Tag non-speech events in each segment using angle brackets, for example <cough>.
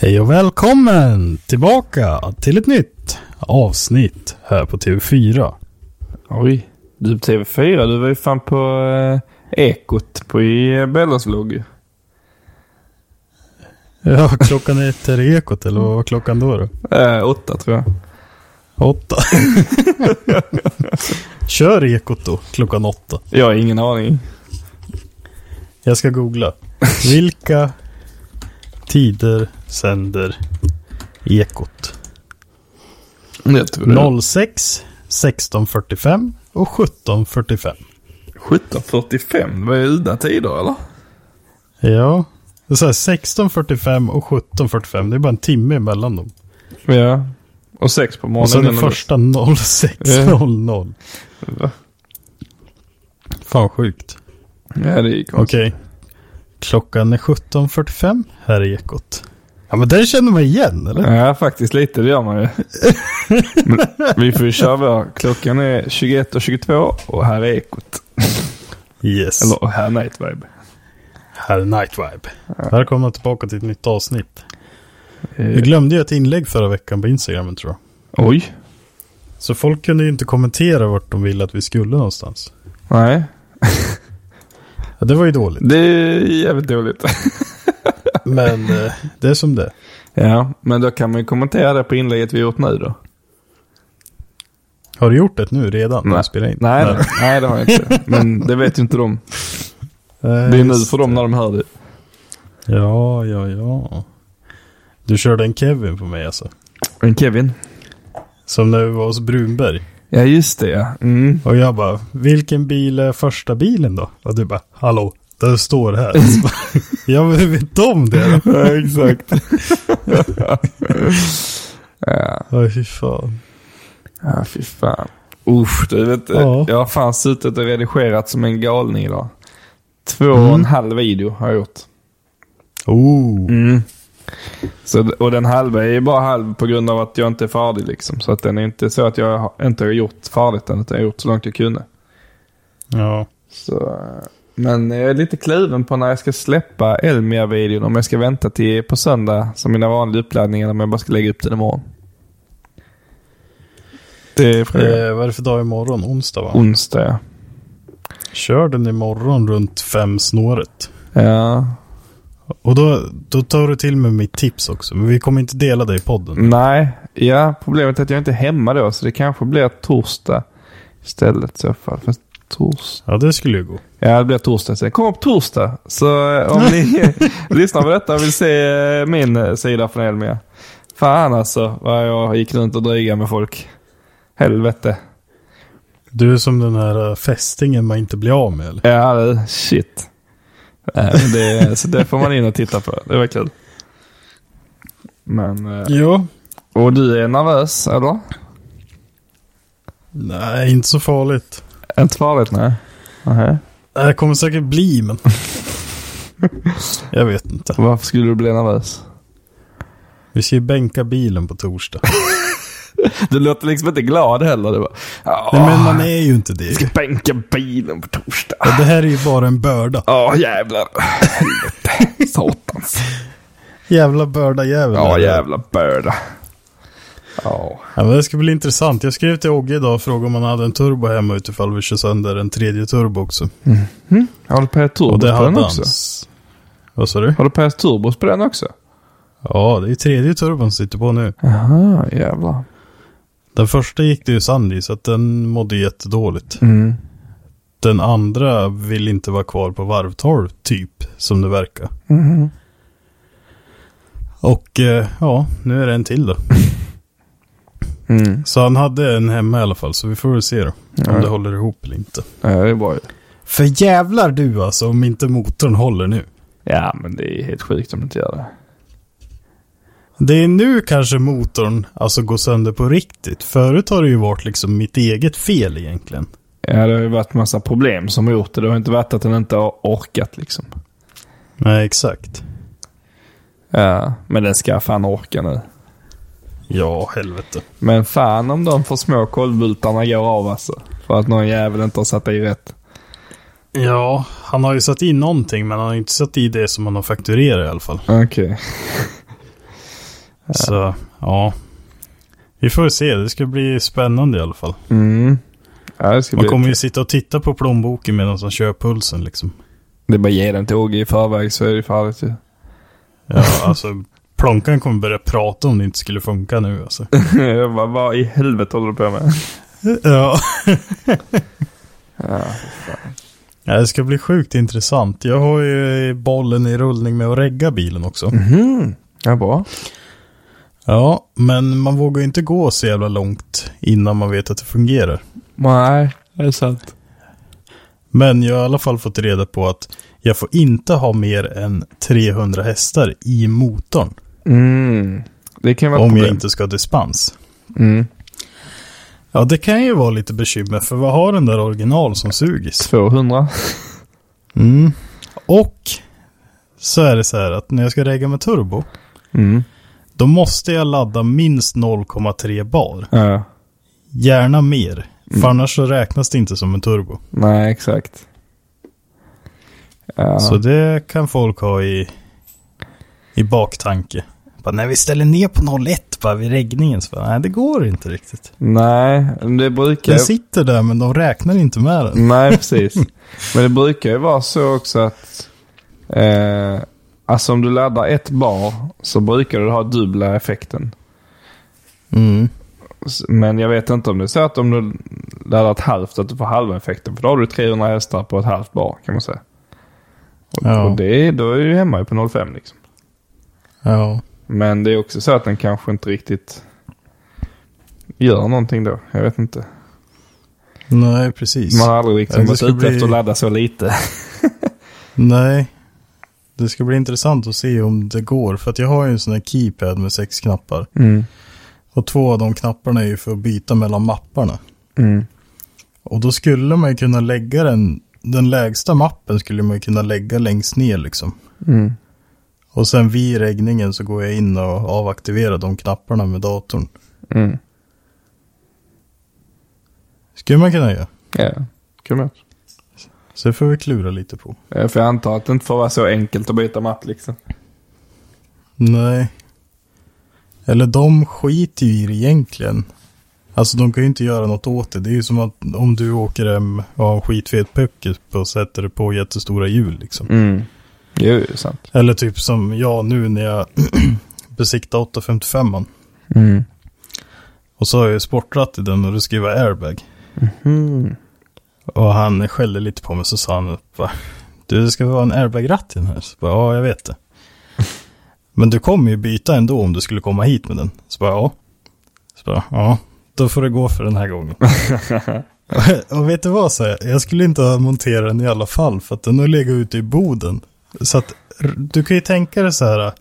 Hej och välkommen tillbaka till ett nytt avsnitt här på TV4. Oj. Du på TV4, du var ju fan på eh, Ekot på i eh, Bellerslog ju. Ja, klockan är tre ekot eller vad var klockan då? då? Eh, åtta tror jag. Åtta. Kör ekot då, klockan åtta. Jag har ingen aning. Jag ska googla. Vilka tider sänder ekot? Jag tror 06, 16.45 och 17.45. 17.45, det var ju udda tider eller? Ja, det är så här 16.45 och 17.45. Det är bara en timme emellan dem. Ja. Och sex på morgonen. Och sen den innan du- första 06.00. Va? Fan sjukt. Ja, det gick konstigt. Okej. Klockan är 17.45. Här är Ekot. Ja men den känner man igen eller? Ja, faktiskt lite. Det gör man <laughs> ju. Men vi får ju köra vår. Klockan är 21.22 och här är Ekot. Yes. Eller och här är Night Vibe. Här är Night Vibe. Välkomna tillbaka till ett nytt avsnitt. Vi glömde ju ett inlägg förra veckan på Instagramen tror jag. Eh, Oj. Så folk kunde ju inte kommentera vart de ville att vi skulle någonstans. Nej. Ja, det var ju dåligt. Det är jävligt dåligt. Men eh, det är som det är. Ja, men då kan man ju kommentera det på inlägget vi gjort nu då. Har du gjort det nu redan? när vi spelar in? Nej, nej. nej, det har jag <laughs> inte. Men det vet ju inte de. Det är Eh, nu för dem när de hör det. Ja, ja, ja. Du körde en Kevin på mig alltså. Men Kevin? Som när vi var hos Brunberg. Ja, just det ja. Mm. Och jag bara, vilken bil är första bilen då? Och du bara, hallå, den står här. <laughs> Så bara, ja, men hur vet de det då? Ja, exakt. ja, Ja, fy fan. <laughs> ja, fy fan. Usch, du vet. Ja. Jag har fan suttit och redigerat som en galning idag. Två och en halv video har jag gjort. Oh. Så, och den halva är ju bara halv på grund av att jag inte är färdig liksom. Så att den är inte så att jag har- inte har gjort färdigt den, utan jag har gjort så långt jag kunde. Ja. Så, eh, men jag är lite kluven på när jag ska släppa Elmia-videon. Om jag ska vänta till på söndag som mina vanliga uppladdningar eller om jag bara ska lägga upp den imorgon. Det är frågan. Eh, vad är det för dag imorgon? Onsdag va? Onsdag ja. Kör den imorgon runt fem snåret. ja. Och då, då tar du till med mitt tips också. Men vi kommer inte dela det i podden. Nej, ja. Problemet är att jag inte är hemma då. Så det kanske blir torsdag istället i så fall. För torsdag. Ja, det skulle ju gå. Ja, det blir torsdag. sen. Kom upp torsdag. Så eh, om ni <laughs> lyssnar på detta och vill se eh, min eh, sida från Elmia. Fan alltså vad jag gick runt och drygade med folk. Helvete. Du är som den här eh, fästingen man inte blir av med eller? Ja, det- shit. Nej, men det, eh, så det får man in och titta på. Det var kul. Men, eh, Ja. och du är nervös, eller? Nej, inte så farligt. Inte farligt, nej. Nähä. Det kommer säkert bli, men... Jag vet inte. Varför skulle du bli nervös? Vi ska ju bänka bilen på torsdag. Du låter liksom inte glad heller. Du bara, Nej, "Åh, men man är ju inte det. jag ska bänka bilen på torsdag. Ja, Det här är ju bara en börda. Ja, jävlar. Helvete. Satans. Jävla börda jävel. Ja, jävla börda. Ja. Ja, men det ska bli intressant. Jag skrev till Ogge idag och frågade om han hade en turbo hemma utifall vi kör sönder en tredje turbo också. Har du PS Turbo Och det på hade den han. också? Vad sa du? Har du PS Turbo på den också? Ja, det är tredje turbon som sitter på nu. Jaha, jävlar. Den första gick det ju sand i, så att den mådde jättedåligt. Mm. den andra vill inte vara kvar på varv 12, typ, som det verkar. Mm-hmm. Och eh, ja, nu är det en <laughs> till då. Så han hade en hemma i alla fall, så vi får väl se då. Om Mm. Ja. det håller ihop eller inte. Ja, det är bra ju. För jävlar du alltså, om inte motorn håller nu. Ja, men det är helt sjukt om det inte gör det. Det är nu kanske motorn alltså går sönder på riktigt. Förut har det ju varit liksom mitt eget fel egentligen. Ja, det har ju varit massa problem som har gjort det. Det har inte varit att den inte har orkat liksom. Nej, exakt. Ja, men den ska fan orka nu. Ja, helvete. Men fan om de för små kolvbultarna går av alltså. För att någon jävel inte har satt i rätt. Ja, han har ju satt i någonting, men han har ju inte satt i det som han har fakturerat i alla fall. Okej. Så, ja. Vi får se, det ska bli spännande i alla fall. Mm. Ja, det ska Man bli... kommer ju sitta och titta på plånboken medan han kör pulsen liksom. Det är bara ge den till OG i förväg så är det farligt ju. Ja, alltså plånkan kommer börja prata om det inte skulle funka nu alltså. Jag bara, <laughs> vad i helvete håller du på med? Ja. ja, det ska bli sjukt intressant. Jag har ju bollen i rullning med att regga bilen också. Ja, bra. Ja, men man vågar ju inte gå så jävla långt innan man vet att det fungerar. Nej, det är sant. Men jag har i alla fall fått reda på att jag får inte ha mer än 300 hästar i motorn Mm. Det kan ju vara ett om jag problem. inte ska ha dispens. Mm. Ja, det kan ju vara lite bekymmer för vad har den där original som sugis? 200. Mm. Och så är det så här att när jag ska regga med turbo Mm. Då måste jag ladda minst 0,3 bar. Ja. Gärna mer. Mm. För annars så räknas det inte som en turbo. Nej, exakt. Ja. Så det kan folk ha i, i baktanke. Bara, när vi ställer ner på 0,1 bara vid reggningen. Så bara, nej, det går inte riktigt. Nej, men det Mm, brukar Den sitter där men de räknar inte med den. Nej, precis. Men det brukar ju vara så också att... Eh, alltså om du laddar ett bar så brukar du ha dubbla effekten. Mm. S- Men jag vet inte om det är så att om du laddar ett halvt att du får halva effekten. För då har du 300 hästar på ett halvt bar kan man säga. Och, Ja. och det, då är du hemma ju på 05 liksom. Ja. Men det är också så att den kanske inte riktigt gör någonting då. Jag vet inte. Nej, precis. Man har aldrig Ja, riktigt det varit ska ute bli- efter att ladda så lite. Nej. Det ska bli intressant att se om det går. För att jag har ju en sån här keypad med sex knappar. Mm. Och två av de knapparna är ju för att byta mellan mapparna. Mm. Och då skulle man ju kunna lägga den, den lägsta mappen skulle man ju kunna lägga längst ner liksom. Mm. Och sen vid reggningen så går jag in och avaktiverar de knapparna med datorn. Mm. Skulle man kunna göra. <laughs> Ja, kul med. Så det får vi klura lite på. Eh, För jag antar att det inte får vara så enkelt att byta mapp liksom. Nej. Eller de skiter ju i det egentligen. Alltså de kan ju inte göra något åt det. Det är ju som att om du åker hem och har en skitfet puckel och sätter det på jättestora hjul liksom. Mm. Jo, det är sant. Eller typ som jag nu när jag <clears throat> besiktar 855 an Mm. Och så har jag ju sportratt i den och det ska ju vara airbag. Och han skällde lite på mig så sa han bara, du det ska vara en airbag-ratt i den här. Så bara, ja jag vet det. Men du kommer ju byta ändå om du skulle komma hit med den. Så bara, ja. Så bara, ja. Då får det gå för den här gången. och vet du vad, så jag, jag skulle inte ha monterat den i alla fall för att den har legat ute i boden. Så att r- du kan ju tänka dig så här, äh,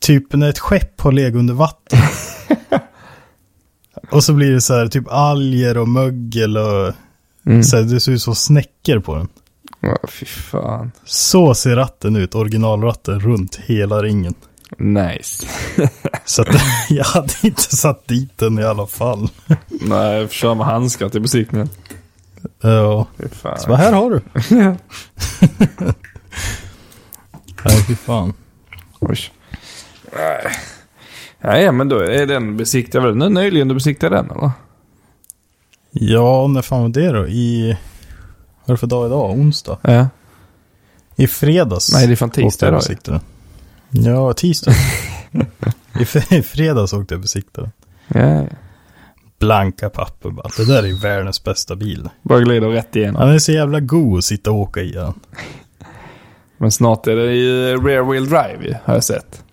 typ när ett skepp har legat under vatten. <laughs> Och så blir det så här typ alger och mögel och så här, det ser ut som snäckor på den. Ja, fy fan. Så ser ratten ut, originalratten runt hela ringen. Nice. Så att <laughs> jag hade inte satt dit den i alla fall. Nej, jag kör med handskar till besiktningen. Ja, Fy fan. så vad här har du. <laughs> Nej, fy fan. Oj. Nej. Ja, ja, men då är den besiktad väl nu nyligen du besiktade den eller? Ja, när fan var det då? I... Vad är det för dag idag? Onsdag? Ja. I fredags. Nej, det är fan tisdag åkte jag idag. besiktade den. Ja, <laughs> tisdag. I, f- I fredags åkte jag besiktade den. Ja, ja. blanka papper bara. Det där är ju världens bästa bil. Bara glider rätt igenom. Han är så jävla god att sitta och åka i den. Men snart är det ju rear wheel drive ju, har jag sett.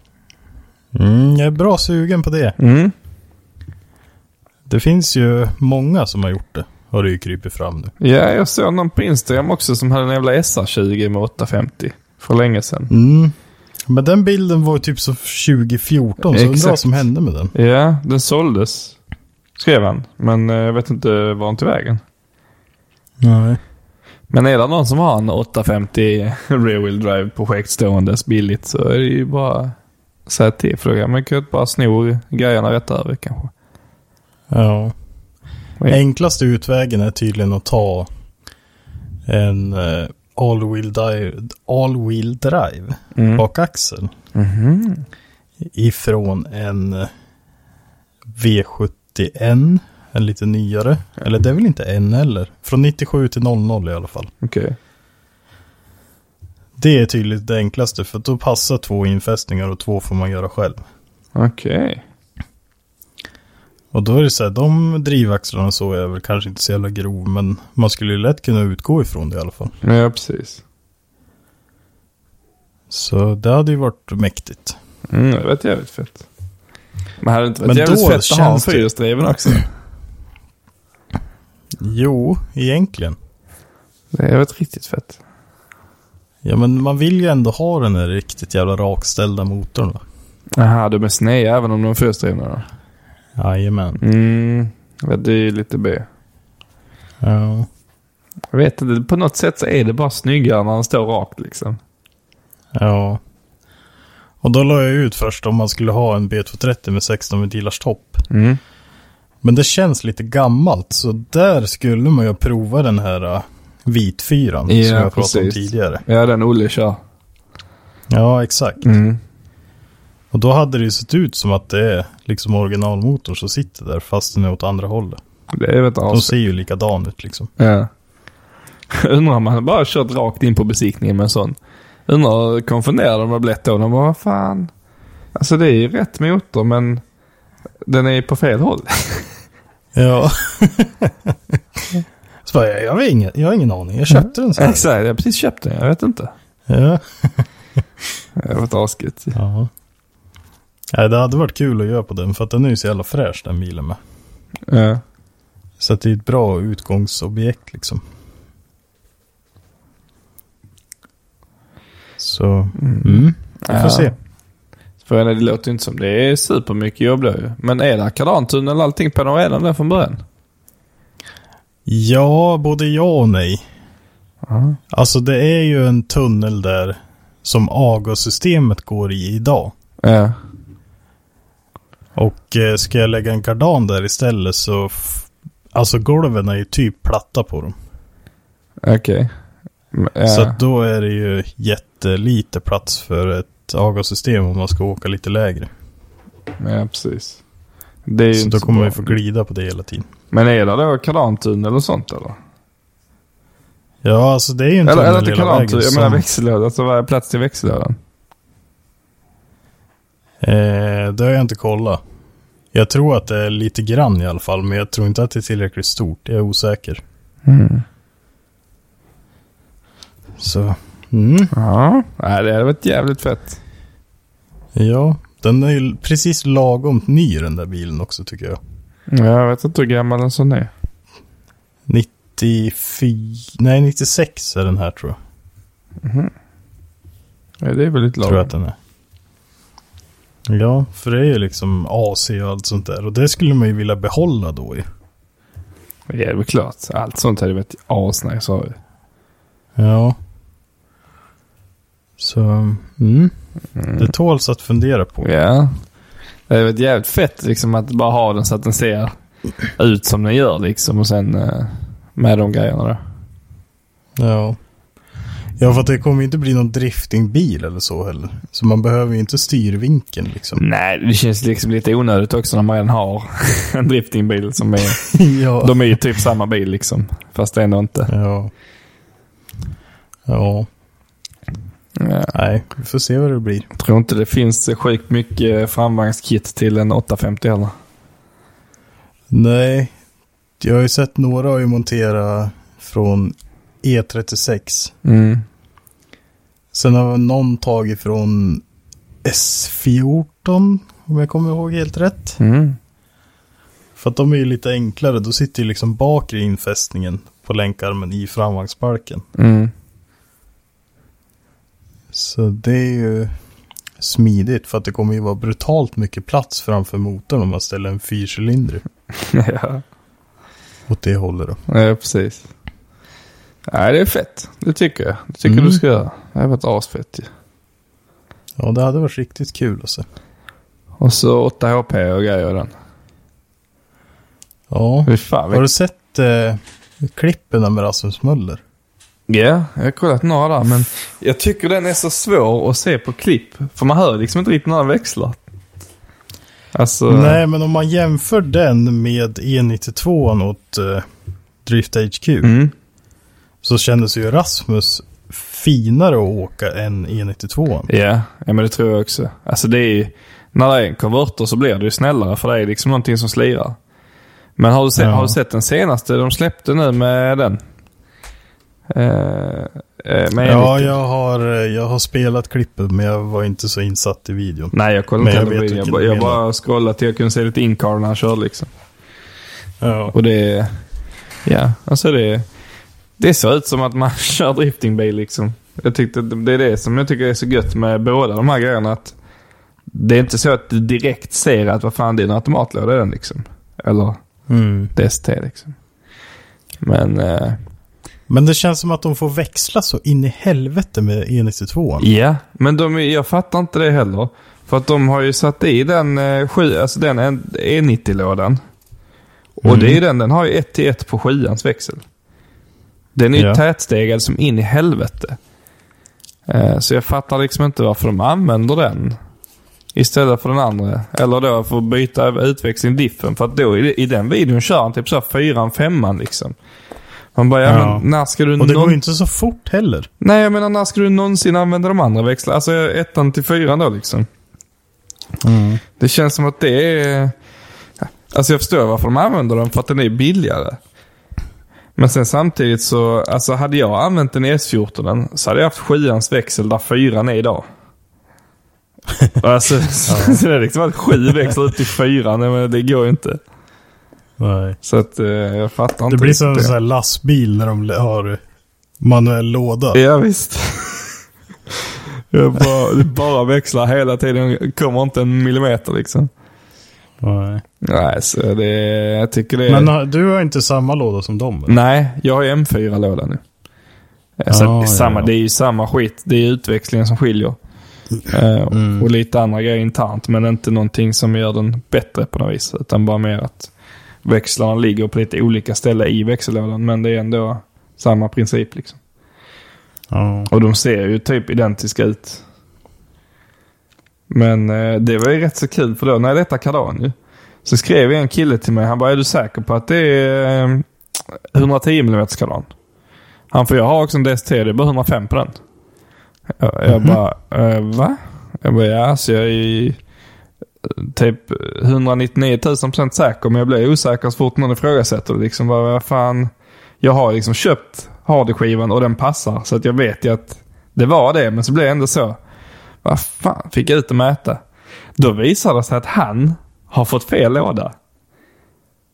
Mm, jag är bra sugen på det. Mm. Det finns ju många som har gjort det. Har det ju krypit fram nu. Ja, jag såg någon på Instagram också som hade en jävla SR20 med 850. För länge sedan. Mm. Men den bilden var ju typ så 2014. Så undrar vad Exakt. som hände med den. Ja, den såldes. Skrev han. Men eh, jag vet inte var han tog vägen. Nej. Men är det någon som har en <laughs> 850 rear wheel drive projekt ståendes billigt så är det ju bara att säga till. För då kan man ju bara sno grejerna rätt över kanske. Ja. Oj. Enklaste utvägen är tydligen att ta en eh, all-wheel drive, all-wheel drive Mm. Mhm. bakaxel. Ifrån en eh, V71, en lite nyare. Eller det är väl inte en heller. Från 97 till 00 i alla fall. Okej. Det är tydligt det enklaste för då passar två infästningar och två får man göra själv. Okej. Och då är det så här, de drivaxlarna så är väl kanske inte så jävla grov men man skulle ju lätt kunna utgå ifrån det i alla fall. Ja, precis. Så det hade ju varit mäktigt. Mm, det lät jävligt fett. Men hade det inte Men varit jävligt då fett att ha en känns det- fyrhjulsdriven också? Jo, egentligen. <clears throat> Det hade varit riktigt fett. Ja men man vill ju ändå ha den här riktigt jävla rakställda motorn va? Jaha, de är sneda även om de är fyrhjulsdrivna då? Jajamän. Mm, ja, det är ju lite B. Ja. Jag vet inte, på något sätt så är det bara snyggare när den står rakt liksom. Ja. Och då la jag ut först om man skulle ha en B230 med 16 ventilars topp. Mm. Men det känns lite gammalt så där skulle man ju prova den här uh, vitfyran Ja, som jag pratade om precis. tidigare. Ja, den Olle kör. Ja, exakt. Mm. Och då hade det ju sett ut som att det är liksom originalmotorn som sitter där fast den är åt andra hållet. Det är väl ett De as. ser ju likadan ut liksom. Ja. <laughs> Undrar om han bara har kört rakt in på besiktningen med en sån. Undrar, konfunderar de har blivit då? De bara, vad fan. Alltså det är ju rätt motor men den är på fel <laughs> håll. Ja. <laughs> så bara, jag, jag, har ingen, jag har ingen aning. Jag köpte den så här. Exakt, jag har precis köpt den. Jag vet inte. Ja. Det var taskigt. ja. Nej, det hade varit kul att göra på den för att den är ju så jävla fräsch den bilen med. Ja. Så att det är ett bra utgångsobjekt liksom. Så, mm. Vi får Ja. se. För jag menar, det låter ju inte som det är supermycket jobb då ju. Men är det kardantunnel och allting på den redan där från början? Ja, både ja och nej. Alltså det är ju en tunnel där som AGA-systemet går i idag. Ja. Och eh, ska jag lägga en kardan där istället så... F- alltså golven är ju typ platta på dem. Okej. Ja. Så att då är det ju jättelite plats för ett AGA-system om man ska åka lite lägre. ja, precis. Det är ju Så inte då kommer bra. man ju få glida på det hela tiden. Men är det då kardantunnel och sånt eller? Ja, alltså det är ju en Eller, tunnel eller inte hela vägen. kardantunnel, jag menar som- växellåda. Alltså vad är plats till växellådan? Eh, det har jag inte kollat. Jag tror att det är lite grann i alla fall, men jag tror inte att det är tillräckligt stort. Jag är osäker. Så, mm. Ja. Nej, det hade varit jävligt fett. Ja, den är ju precis lagom ny den där bilen också tycker jag. Ja, Jag vet inte hur gammal en sån är. 94, nej 96 är den här tror jag. Ja, det är väl lite Tror jag lagom. att den är. Ja, för det är ju liksom AC och allt sånt där. Och det skulle man ju vilja behålla då ju. Ja, det är väl klart. Allt sånt hade varit asnice har vi. Ja. Så, mm. Det tåls att fundera på. Ja. Det hade varit jävligt fett liksom att bara ha den så att den ser ut som den gör liksom. Och sen eh, med de grejerna då. Ja. Ja, för att det kommer ju inte bli någon driftingbil eller så heller. Så man behöver ju inte styrvinkeln liksom. Nej, det känns liksom lite onödigt också när man redan har <laughs> en driftingbil som är... <laughs> Mm. ja. De är ju typ samma bil liksom. Fast ändå inte. Ja. Ja, Ja. nej. Vi får se vad det blir. Jag tror inte det finns sjukt mycket framvagnskit till en 850 heller. Nej, jag har ju sett några har ju montera från E36. Mm. Sen har någon tagit från S14, om jag kommer ihåg helt rätt. Mm. För att de är ju lite enklare, då sitter ju liksom bakre infästningen på länkarmen i framvagnsbalken. Mm. Så det är ju smidigt för att det kommer ju vara brutalt mycket plats framför motorn om man ställer en fyrcylindrig <laughs> ja. åt det hållet då. ja, precis. Nej, det är fett. Det tycker jag. Det tycker Mm. du ska göra. Det har varit asfett ju. Ja, det hade varit riktigt kul att se. Och så 8 HP och grejer och den. Ja, Fy fan. har Vilk... du sett eh, klippen med Rasmus Möller? Ja, jag har kollat några där, men jag tycker den är så svår att se på klipp. För man hör liksom inte riktigt när den växlar. Alltså... Nej, men om man jämför den med E92 åt eh, Drift HQ Mm. så kändes ju Rasmus finare att åka än E92. Ja, ja, men det tror jag också. Alltså det är ju, när det är en konverter så blir det ju snällare för det är liksom någonting som slirar. Men har du, se, Ja. har du sett den senaste de släppte nu med den? Eh, eh, med Ja, lite- jag har, eh, jag har spelat klippet men jag var inte så insatt i videon. Nej, jag kollade Men inte jag jag, vet jag, jag, vilken bara- du jag menar. bara scrollade till jag kunde se lite inkar när han kör liksom. Ja. Och det... Ja, alltså det... Det ser ut som att man <laughs> kör driftingbil liksom. Jag tyckte att det det är det som jag tycker är så gött med båda de här grejerna. Att det är inte så att du direkt ser att vad fan det är en automatlåda i den liksom. Eller Mm. DST liksom. Men eh, Men det känns som att de får växla så in i helvete med E92. ja, men de, är- jag fattar inte det heller. För att de har ju satt i den, eh, sju, alltså den E90-lådan. Och Mm. det är ju den, den har ju 1 till 1 på sjuans växel. Den är ju Ja. tätstegad som in i helvete. Eh, Så jag fattar liksom inte varför de använder den. Istället för den andra. Eller då för att byta utväxling i diffen. För att då i i den videon kör han typ såhär fyran, femman liksom. Man bara, ja, Ja. men när ska du Och det någon- går ju inte så fort heller. Nej, jag menar när ska du någonsin använda de andra växlarna? Alltså ettan till fyran då liksom. Mm. Det känns som att det är... Alltså jag förstår varför de använder den, för att den är billigare. Men sen samtidigt så, alltså hade jag använt den i S14 så hade jag haft sjuans växel där fyran <laughs> är idag. Alltså, så det är liksom att sju växlar ut till fyran, nej, men det går ju inte. Nej. Så att eh, jag fattar Det inte. blir riktigt som en sån här lastbil när de har manuell låda. Ja, visst. <laughs> Jag bara, det bara växlar hela tiden. Kommer inte en millimeter liksom. Nej. Nej, så det... Jag tycker det är... Men har- du har inte samma låda som dem? eller? Nej, jag har ju M4-låda nu. Så Ah, Ja, det, är samma, ja, ja. det är ju samma skit. Det är utväxlingen som skiljer. Eh, Mm. Och lite andra grejer internt, men inte någonting som gör den bättre på något vis. Utan bara mer att växlarna ligger på lite olika ställen i växellådan, men det är ändå samma princip. liksom. Ja. Och de ser ju typ identiska ut. Men eh, det var ju rätt så kul för då när jag letade kardan ju. Så skrev en kille till mig. Han bara, är du säker på att det är eh, 110 mm kardan? Han, för jag har också en DST. Det är bara 105 på den. Jag, jag bara, eh, va? Jag bara, ja alltså jag är ju typ 199 000 procent säker. Men jag blir osäker så fort någon ifrågasätter det. Liksom bara, vad fan. Jag har liksom köpt hardskivan och den passar. Så att jag vet ju att det var det. Men så blev jag ändå så. Vad fan, fick jag ut och mäta. Då visade det sig att han har fått fel låda.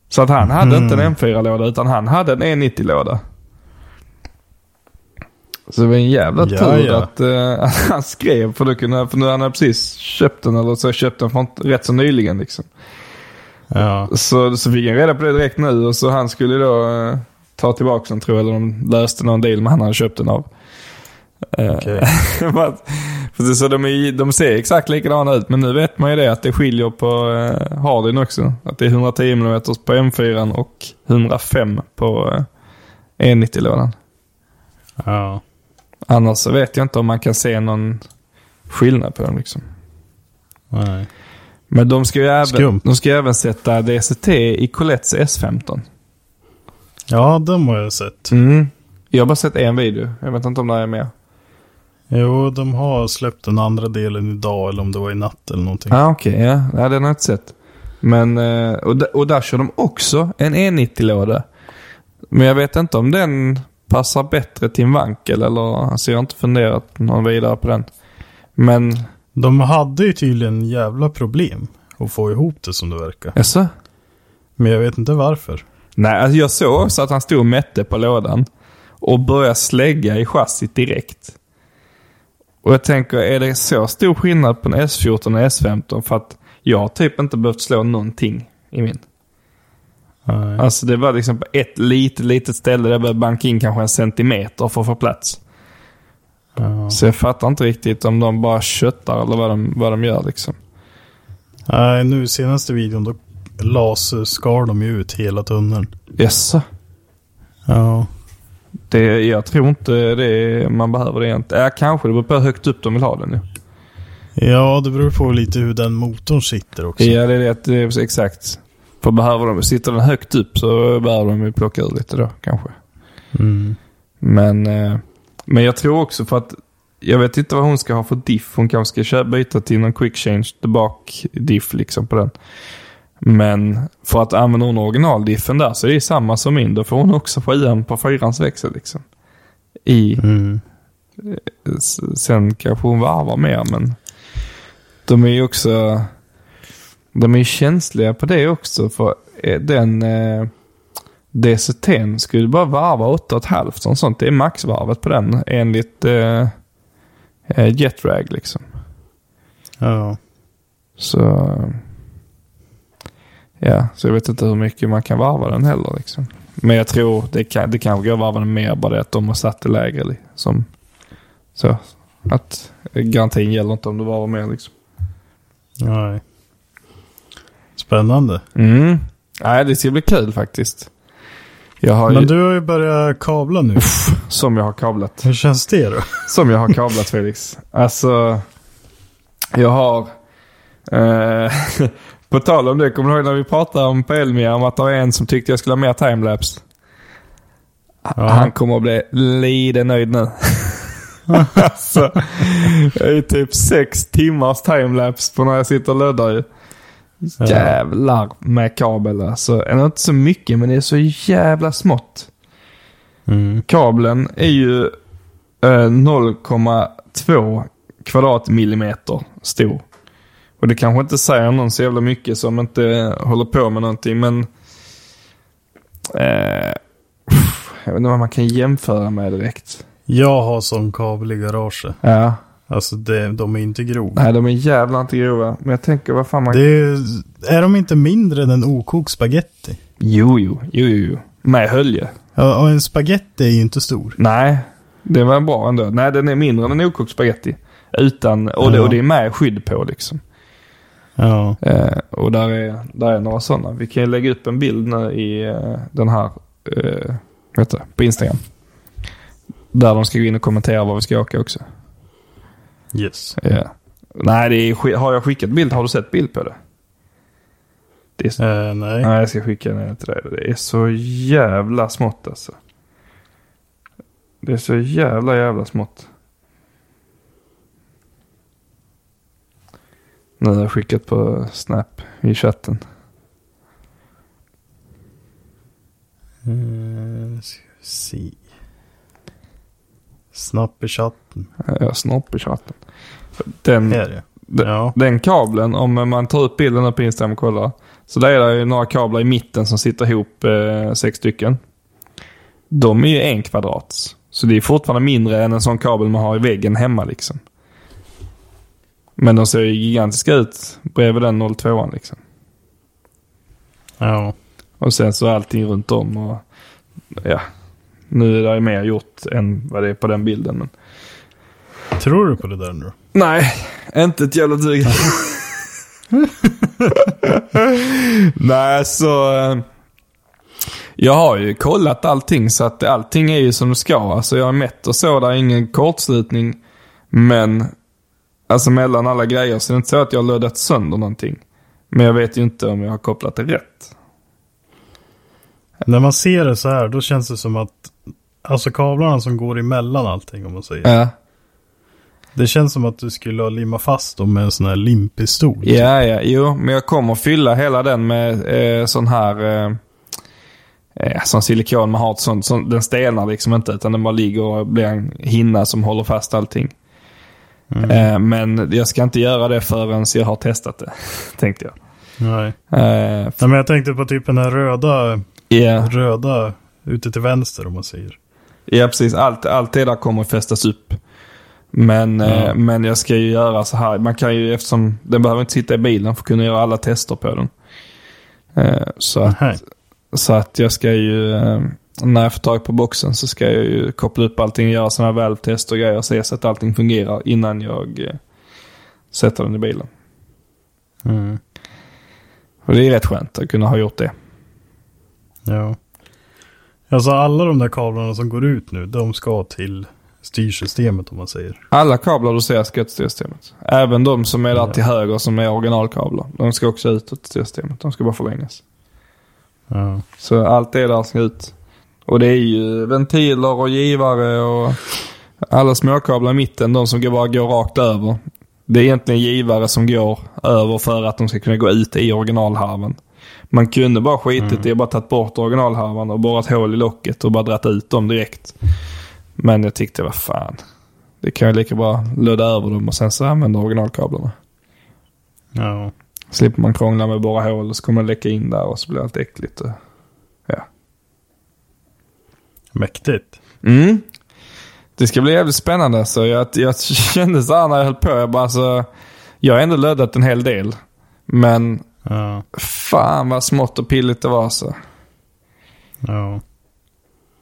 Så att han hade inte Mm. en M4-låda utan han hade en E E90-låda. Så det var en jävla Ja, tur ja. Att, eh, <laughs> att han skrev. För, då kunde, för nu hade han precis köpt den eller så köpt den från, rätt så nyligen. Liksom. Ja. Så, så fick han reda på det direkt nu och så han skulle då eh, ta tillbaka den tror jag. Eller de löste någon deal med han hade köpt den av. <laughs> Okej. <laughs> För att- för det- så de, är, ju- de ser exakt likadana ut, men nu vet man ju det att det skiljer på eh, Hardin också. Att det är 110 mm på M4 och 105 på eh, E90-lådan. Ja. Annars så vet jag inte om man kan se någon skillnad på dem. Liksom. Nej. Men de ska ju även, Skumt. de ska ju även sätta DCT i Colettes S15. Ja, de har jag sett. Mm. Jag har bara sett en video. Jag vet inte om det här är mer. Jo, de har släppt den andra delen idag eller om det var i natt eller någonting. Ja, ah, okej. ja. ja, den har jag inte sett. Men, eh, och, d- och där kör de också en E90-låda. Men jag vet inte om den passar bättre till en vankel eller... Alltså jag har inte funderat någon vidare på den. Men, De hade ju tydligen jävla problem att få ihop det som det verkar. alltså, Men jag vet inte varför. Nej, alltså jag såg också att han stod och mätte på lådan. Och började slägga i chassit direkt. Och jag tänker, är det så stor skillnad på en S14 och en S15? För att jag har typ inte behövt slå någonting i min. Nej. Alltså det var liksom på ett litet, litet ställe där jag behövde banka in kanske en centimeter för att få plats. Ja. Så jag fattar inte riktigt om de bara köttar eller vad de, vad de gör liksom. Nej, nu i senaste videon då laserskar de ju ut hela tunneln. Jaså? Ja. Det, jag tror inte det, man behöver det egentligen. Ja, kanske. Det beror på hur högt upp de vill ha den nu. Ja, det beror på lite hur den motorn sitter också. Ja, det är det. det är exakt. För behöver de, sitter den högt upp så behöver de ju plocka ur lite då kanske. Mm. Men, eh, men jag tror också för att jag vet inte vad hon ska ha för diff. Hon kanske ska köra, byta till någon quick change bak diff liksom på den. Men för att använda hon originaldiffen där så är det samma som min. Då får hon också få i en på fyrans växel liksom. I, Mm. s- sen kanske hon varvar mer men de är ju också de är ju känsliga på det också för eh, den eh, DCT'n skulle bara varva 8,5 och sånt. Det är maxvarvet på den enligt eh, eh, Jetrag liksom. Ja. Så ja, så jag vet inte hur mycket man kan varva den heller liksom. Men jag tror det kan, det kan gå att varva den mer bara det att de har satt det lägre. li- Som, så att garantin gäller inte om du varvar mer liksom. Nej. Spännande. Mm. Nej, det ska bli kul faktiskt. Jag har ju, Men du har ju börjat kabla nu. som jag har kablat. Hur känns det då? Som jag har kablat Felix. Alltså, jag har... Eh, <laughs> på tal om det, kommer du ihåg när vi pratade om på Elmia om att det var en som tyckte jag skulle ha mer timelapse? Han kommer att bli lite nöjd nu. <laughs> alltså, det är typ sex timmars timelapse på när jag sitter och löddar ju. Jävlar med kabel alltså. Eller inte så mycket, men det är så jävla smått. Mm. Kabeln är ju eh, 0,2 kvadratmillimeter stor. Och det kanske inte säger någon så jävla mycket som inte håller på med någonting, men... Eh, jag vet inte vad man kan jämföra med direkt. Jag har sån kabel i garaget. Ja. Alltså det, de är inte grova. Nej, de är jävla inte grova. Men jag tänker vad fan man... Det är, är de inte mindre än en okokt spaghetti? Jo, jo, jo, jo, jo. Med hölje. Ja, och en spaghetti är ju inte stor. Nej, det var bra ändå. Nej, den är mindre än en okokt spagetti. Utan, och, det, Ja. och det är med skydd på liksom. Ja. Eh, och där är, där är några sådana. Vi kan ju lägga upp en bild nu i eh, den här, eh, vet du, på Instagram. Där de ska gå in och kommentera var vi ska åka också. Yes. Ja. Nej, det är, sk- har jag skickat bild? Har du sett bild på det? Det är, Eh, nej. Nej, jag ska skicka den till dig. Det är så jävla smått alltså. Det är så jävla jävla smått. Nu har jag skickat på Snap i chatten. Eh, ska vi se. Snapp i chatten. Eh, Jag har snopp i chatten. Den, Här är det. den, Ja. den kabeln, om man tar upp bilden här på Instagram och kollar. Så där är det ju några kablar i mitten som sitter ihop, eh, sex stycken. De är ju en kvadrat. Så det är fortfarande mindre än en sån kabel man har i väggen hemma liksom. Men de ser ju gigantiska ut bredvid den 02an liksom. Ja. Och sen så är allting runt om och ja. Nu är det mer gjort än vad det är på den bilden. Men... Tror du på det där nu? Nej, inte ett jävla dugg. <laughs> Nej, så... eh, Jag har ju kollat allting så att allting är ju som det ska. Alltså jag är mätt och så, där är ingen kortslutning. Men, alltså mellan alla grejer så är det inte så att jag har löddat sönder någonting. Men jag vet ju inte om jag har kopplat det rätt. När man ser det så här då känns det som att Alltså kablarna som går emellan allting om man säger. Ja. Det känns som att du skulle ha limmat fast dem med en sån här limpistol. Ja, ja, jo, men jag kommer fylla hela den med eh, sån här... Eh, eh, sån silikon man har. ett Sånt, sånt, den stelnar liksom inte, utan den bara ligger och blir en hinna som håller fast allting. Eh, men jag ska inte göra det förrän jag har testat det, <laughs> tänkte jag. Nej. Eh, Nej, men jag tänkte på typ den här röda, ja. röda ute till vänster om man säger. Ja, precis. Allt, allt det där kommer att fästas upp. Men, eh, men jag ska ju göra så här. Man kan ju, eftersom den behöver inte sitta i bilen för att kunna göra alla tester på den. Eh, Så att, Nej. så att jag ska ju, eh, när jag får tag på boxen så ska jag ju koppla upp allting, göra sådana här valvtester och grejer och se så att allting fungerar innan jag eh, sätter den i bilen. Mm. Och det är rätt skönt att kunna ha gjort det. Ja. Alltså alla de där kablarna som går ut nu, de ska till styrsystemet om man säger. Alla kablar du ser ska ut till systemet. Även de som är där till höger som är originalkablar. De ska också ut till systemet. De ska bara förlängas. Ja. Så allt det där ska ut. Och det är ju ventiler och givare och alla småkablar i mitten, de som bara går rakt över. Det är egentligen givare som går över för att de ska kunna gå ut i originalharven. Man kunde bara skitit i och bara tagit bort originalharvan och borrat hål i locket och bara dratt ut dem direkt. Men jag tyckte, vad fan. Det kan jag lika bra lödda över dem och sen så använda originalkablarna. Ja. Slipper man krångla med att borra hål och så kommer det läcka in där och så blir allt äckligt. och- Ja. Mäktigt. Mm. Det ska bli jävligt spännande. Så jag, jag <laughs> kände så här när jag höll på. Jag, bara, så, jag har ändå löddat en hel del. Men Ja. fan vad smått och pilligt det var. Så. Ja.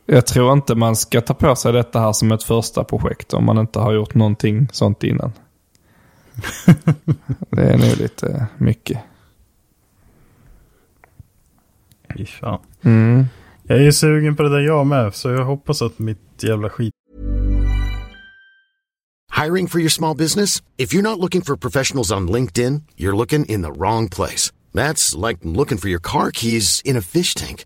Jag tror inte man ska ta på sig detta här som ett första projekt om man inte har gjort någonting sånt innan. det är nog lite mycket. Fy fan. Mm. Jag är sugen på det där jag med, så jag hoppas att mitt jävla skit Hiring for your small business? If you're not looking for professionals on LinkedIn, you're looking in the wrong place. That's like looking for your car keys in a fish tank.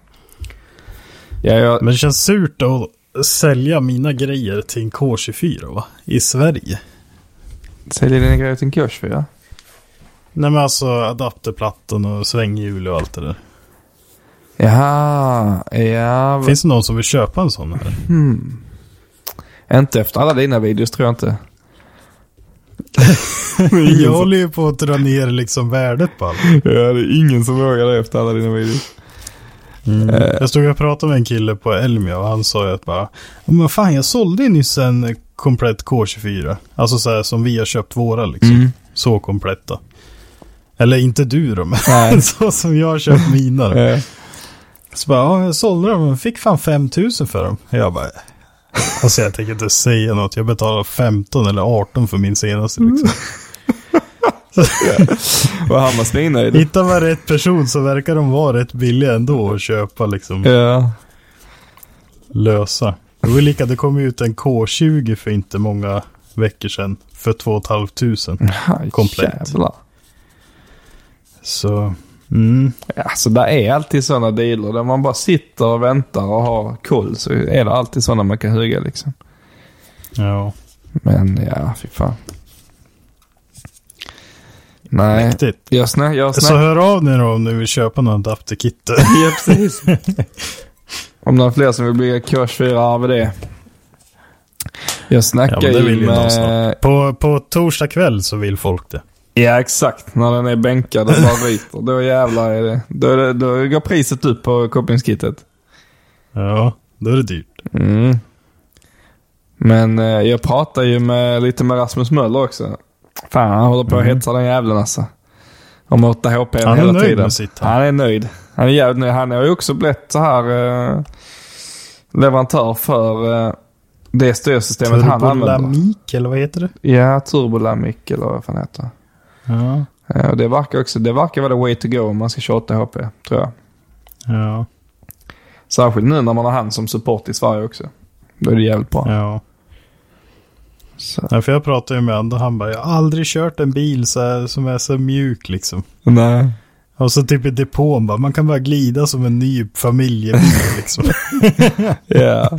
Ja, jag, Men det känns surt att sälja mina grejer till en K24 va? I Sverige. säljer dina grejer till en kurs för ja. Nej men alltså adapterplattan och svänghjul och allt det där. Jaha. Ja. Finns det någon som vill köpa en sån här? Inte efter alla dina videos tror jag inte. <laughs> Jag håller ju på att dra ner liksom värdet på allt. Ja, det är ingen som vågar det efter alla dina videos. Jag stod och pratade med en kille på Elmia och han sa ju att bara, "Ja, men fan jag sålde ju nyss en komplett K24. Alltså så här som vi har köpt våra liksom. Så kompletta. Eller inte du då, men <laughs> Nej. så som jag har köpt mina. Då. Eh, Så bara, ja, jag sålde dem men fick fan 5000 för dem. Jag bara, <laughs> alltså jag tänker inte säga något. Jag betalar 15 eller 18 för min senaste liksom. och han var svinnöjd. Hittar man rätt person så verkar de vara rätt billiga ändå att köpa liksom Ja. lösa. Det var lika, det kom ut en K20 för inte många veckor sedan. För 2 500. Aj, Komplett. Jävlar. Så, mm, Ja, så där är alltid sådana dealer där man bara sitter och väntar och har koll. Så är det alltid sådana man kan hugga liksom. ja. Men ja, fy fan. Nej. Mäktigt. Jag snackar... Jag Så snack, hör av nu då om ni vill köpa någon adapterkit. ja, precis. Om det är fler som vill bli kurs 4 AVD. Jag Ja, snackar men det ju vill ju någon med... snart. På, på torsdag kväll så vill folk det. eh, Ja, exakt. När den är bänkad och bara ryter. Då jävlar är det. Då, är det- då går priset upp på kopplingskittet. Ja, då är det dyrt. Mm. Men eh, jag pratar ju med, lite med Rasmus Möller också. Fan, han håller på att hetsa den jävlen alltså. Om 8 HP Mm. Han är hela nöjd tiden. med sitt, han. Han är nöjd. Han är jävligt nöjd. Han har ju också blivit så här eh, leverantör för eh, det styrsystemet han använder. Turbolamik, eller vad heter det? Ja, Turbolamic eller vad fan heter det. Ja. Eh, och Det verkar också, det verkar vara the way to go om man ska köra 8 HP, tror jag. Ja. Särskilt nu när man har han som support i Sverige också. Då är det jävligt bra. ja. Så. Nej, för jag pratade ju med honom och han bara, jag har aldrig kört en bil så här, som är så mjuk liksom. Nej. Och så typ i depån bara, man kan bara glida som en ny <laughs> familjebil liksom. Ja. Ja,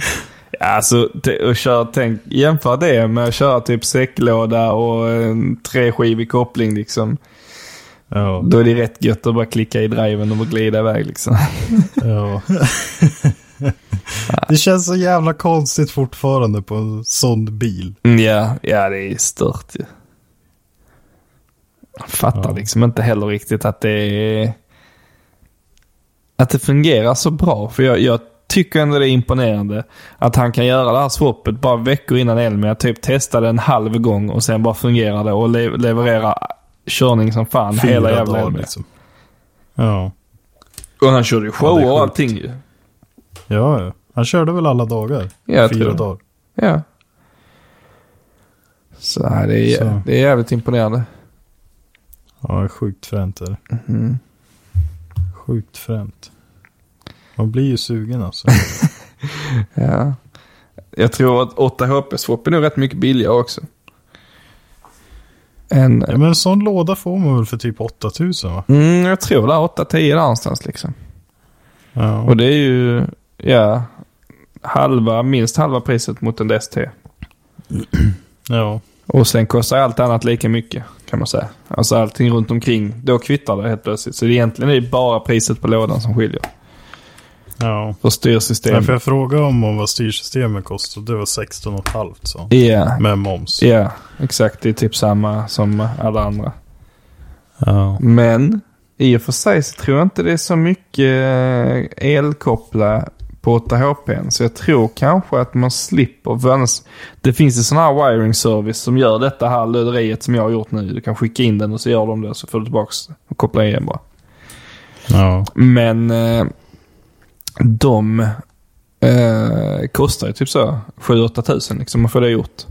alltså t- och köra, tänk, jämför det med att köra typ säcklåda och en treskivig koppling liksom. ja, Då är det rätt gött att bara klicka i driven och bara glida iväg liksom. <laughs> ja. det känns så jävla konstigt fortfarande på en sån bil. Mm, Ja, ja det är stört ju. Jag fattar Ja. liksom inte heller riktigt att det är... Att det fungerar så bra. För jag, jag tycker ändå det är imponerande att han kan göra det här swappet bara veckor innan Elmia. Typ testa det en halv gång och sen bara fungerar det och le- leverera körning som fan hela jävla Elmia. liksom. Ja. Och han körde ju Ja, det är shower och sjukt. allting ju. ja, ja. Han körde väl alla dagar? Ja, jag Fyra tror det. dagar. Ja. Så det är, Så. det är jävligt imponerande. Ja, det är sjukt fränt är det. Mhm. Sjukt fränt. Man blir ju sugen alltså. Ja. Jag tror att 8 HP swap är nog rätt mycket billigare också. Än, ja, men en sån låda får man väl för typ 8000 va? mm, jag tror det är 8-10 där någonstans liksom. Ja. Och det är ju ja, halva, minst halva priset mot en DST. ja. Och sen kostar allt annat lika mycket kan man säga. Alltså allting runt omkring. Då kvittar det helt plötsligt. Så det egentligen är ju bara priset på lådan som skiljer. ja. För styrsystem. Nej, för jag frågade om vad styrsystemet kostade. Det var 16 och halvt så. Ja, Med moms. ja, exakt. Det är typ samma som alla andra. Ja. Men i och för sig så tror jag inte det är så mycket eh, elkoppla på 8 HP. Så jag tror kanske att man slipper vöns. Det finns en sån här wiring service som gör detta här löderiet som jag har gjort nu. Du kan skicka in den och så gör de det så får du tillbaka och kopplar igen bara. Ja. Men eh, de eh, kostar ju typ så 7-8 tusen liksom att få det gjort.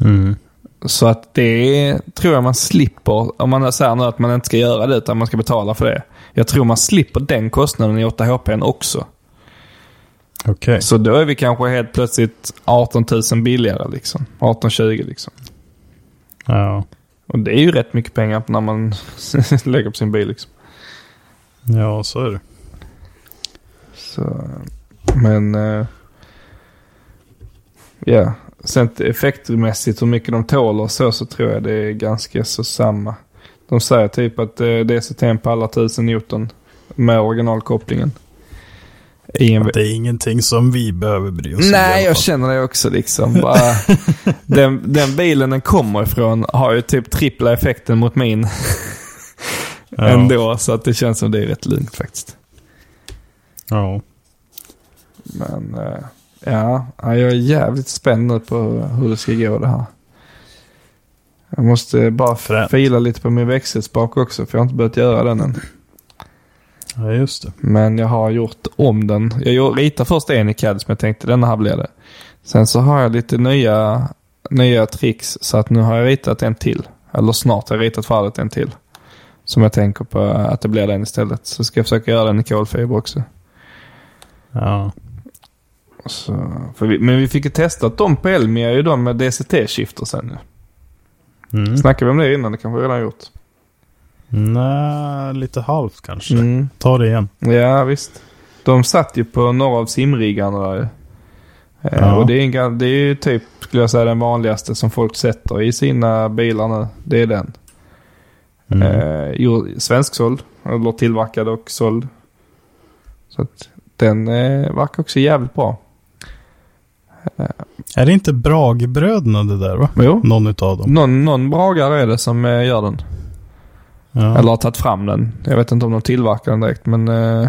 Mm. Så att det tror jag man slipper, om man säger nu att man inte ska göra det utan man ska betala för det. Jag tror man slipper den kostnaden i 8 HP också. Okej. Så då är vi kanske helt plötsligt 18 000 billigare liksom. 18-20 liksom. Ja. Och det är ju rätt mycket pengar när man <laughs> lägger på sin bil liksom. ja, så är det. Så, men... eh, Ja. Sen t- effektmässigt hur mycket de tål och så, så tror jag det är ganska så samma. De säger typ att eh, det är system på alla 1000 Newton med originalkopplingen. I en, Det är ingenting som vi behöver bry oss om. i alla Nej, jag fall. känner det också liksom. <laughs> Bara, den, den bilen den kommer ifrån har ju typ trippla effekten mot min Ja. ändå. Så att det känns som det är rätt lugnt faktiskt. Ja. Men eh, ja, ja, jag är jävligt spänd nu på hur det ska gå det här. Jag måste bara Fränt. fila lite på min växelspak också för jag har inte börjat göra den än. ja, just det. Men jag har gjort om den. Jag gjorde- ritade först en i CAD som jag tänkte den här blir det. Sen så har jag lite nya, nya tricks så att nu har jag ritat en till. Eller snart har jag ritat färdigt en till. Som jag tänker på att det blir den istället. Så ska jag försöka göra den i kolfiber också. Ja. Så, för vi, men vi fick ju testa att de på Elmia är ju de med DCT-shifter sen nu. Mm. Snackade vi om det innan? Det kanske vi redan gjort. Nej, lite halvt kanske. Mm. Ta det igen. Ja, visst. De satt ju på några av simriggarna där ju. Eh, Ja. Och det är, en, gan- det är ju typ, skulle jag säga, den vanligaste som folk sätter i sina bilar nu. Det är den. Mm. Eh, jo, svensksåld, eller tillverkad och såld. Så att den eh, verkar också jävligt bra. Eh, Är det inte Bragebröderna det där va? Jo. Någon utav dem. Någon, någon bragare är det som eh, gör den. Ja. Eller har tagit fram den. Jag vet inte om de tillverkar den direkt, men eh,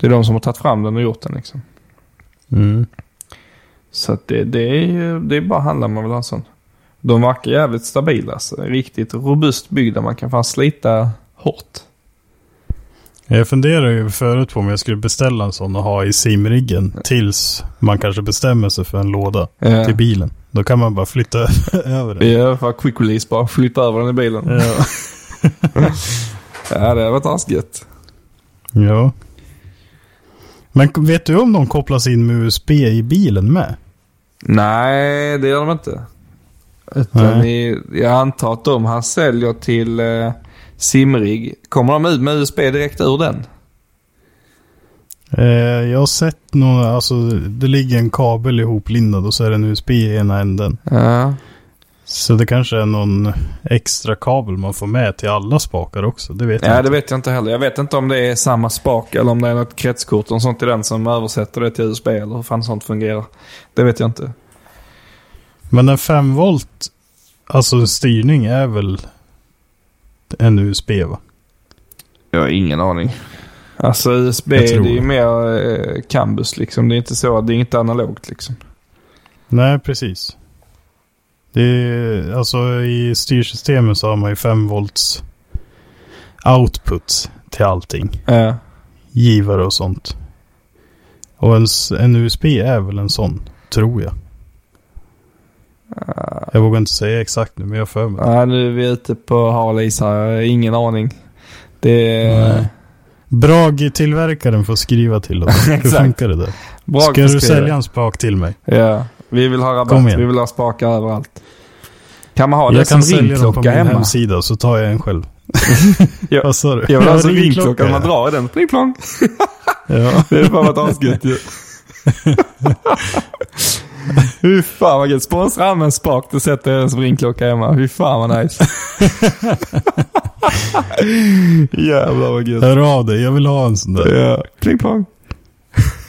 det är de som har tagit fram den och gjort den. Liksom. Mm. Så att det, det, är, ju- det är bara att handla om man vill ha en sån. De verkar jävligt stabila. Alltså. Riktigt robust byggda. Man kan fan slita hårt. Jag funderar ju förut på om jag skulle beställa en sån och ha i simriggen tills man kanske bestämmer sig för en låda Ja. till bilen. Då kan man bara flytta <laughs> över den. Ja, Eh, för quick release bara. Flytta över den i bilen. Ja. <laughs> Ja, det hade varit asgött. ja. Men k- vet du om de kopplas in med USB i bilen med? Nej, det gör de inte. Utan i, jag antar att de han säljer till eh, Simrig, kommer de ut med USB direkt ur den? Eh, jag har sett några, alltså det ligger en kabel ihoplindad och så är det en USB i ena änden. Ja. Så det kanske är någon extra kabel man får med till alla spakar också. Det vet jag Ja, inte. det vet jag inte heller. Jag vet inte om det är samma spak eller om det är något kretskort och sånt i den som översätter det till USB eller hur fan sånt fungerar. Det vet jag inte. Men en 5 volt, alltså styrning är väl en USB va? Jag har ingen aning. Alltså USB, det Jag tror är ju det. mer eh, Cambus liksom. Det är inte så, det är inte analogt liksom. Nej, precis. Det är, alltså i styrsystemet så har man ju 5 volts output till allting. Ja. Givare och sånt. Och en, s- en USB är väl en sån, tror jag. Jag vågar inte säga exakt nu, men jag har för mig det. Ja, nu är vi ute på hal is här. Jag har ingen aning. Det är... Nej. Brag-tillverkaren får skriva till oss. Hur Exakt. funkar det där? Bra Ska du beskrivet. sälja en spak till mig? Ja. Vi vill ha Kom rabatt. igen. Vi vill ha spakar överallt. Kan man ha det jag kan som sälja dem på ringklocka min hemma? hemsida så tar jag en själv. Ja. Vad sa du? Jag vill <laughs> ha Ja, som ringklocka, ringklocka. Man ja. drar i den. Pling plong. Ja. Det är fan varit asgött ju. Fy fan vad gött. Sponsra med en spak. Då sätter jag den som ringklocka hemma. Fy fan vad nice. Jävlar vad gött. Hör av dig, jag vill ha en sån där. Ja. Pling plong.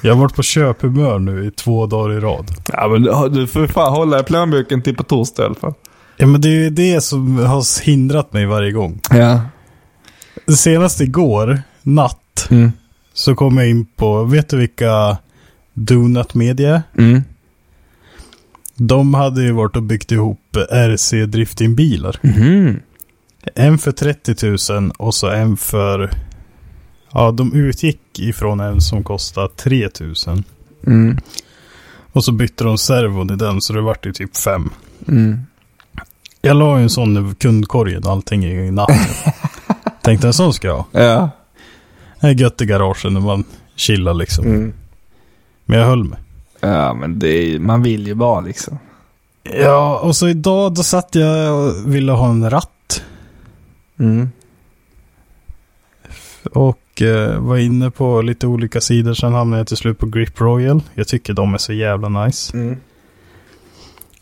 Jag har varit på köphumör nu i två dagar i rad. Ja men du- du får fan hålla i plånboken till på torsdag i alla fall. Ja men det är ju det som har hindrat mig varje gång. Ja. Senast igår natt Mm. så kom jag in på, vet du vilka Donut Media är? Mm. De hade ju varit och byggt ihop RC driftingbilar. Mhm. En för 30 000 och så en för... Ja, de utgick ifrån en som kostade 3 000. Mm. Och så bytte de servon i den så det vart ju typ 5. Mm. Jag la ju en sån i kundkorgen och allting i natten. Tänkte en sån ska jag ha. Ja. Det är gött i garagen när man chillar liksom. Mm. Men jag höll mig. Ja men det är ju, man vill ju bara liksom. Ja, och så idag då satt jag och ville ha en ratt. Mm. Och eh, var inne på lite olika sidor. Sen hamnade jag till slut på Grip Royal. Jag tycker de är så jävla nice. Mm.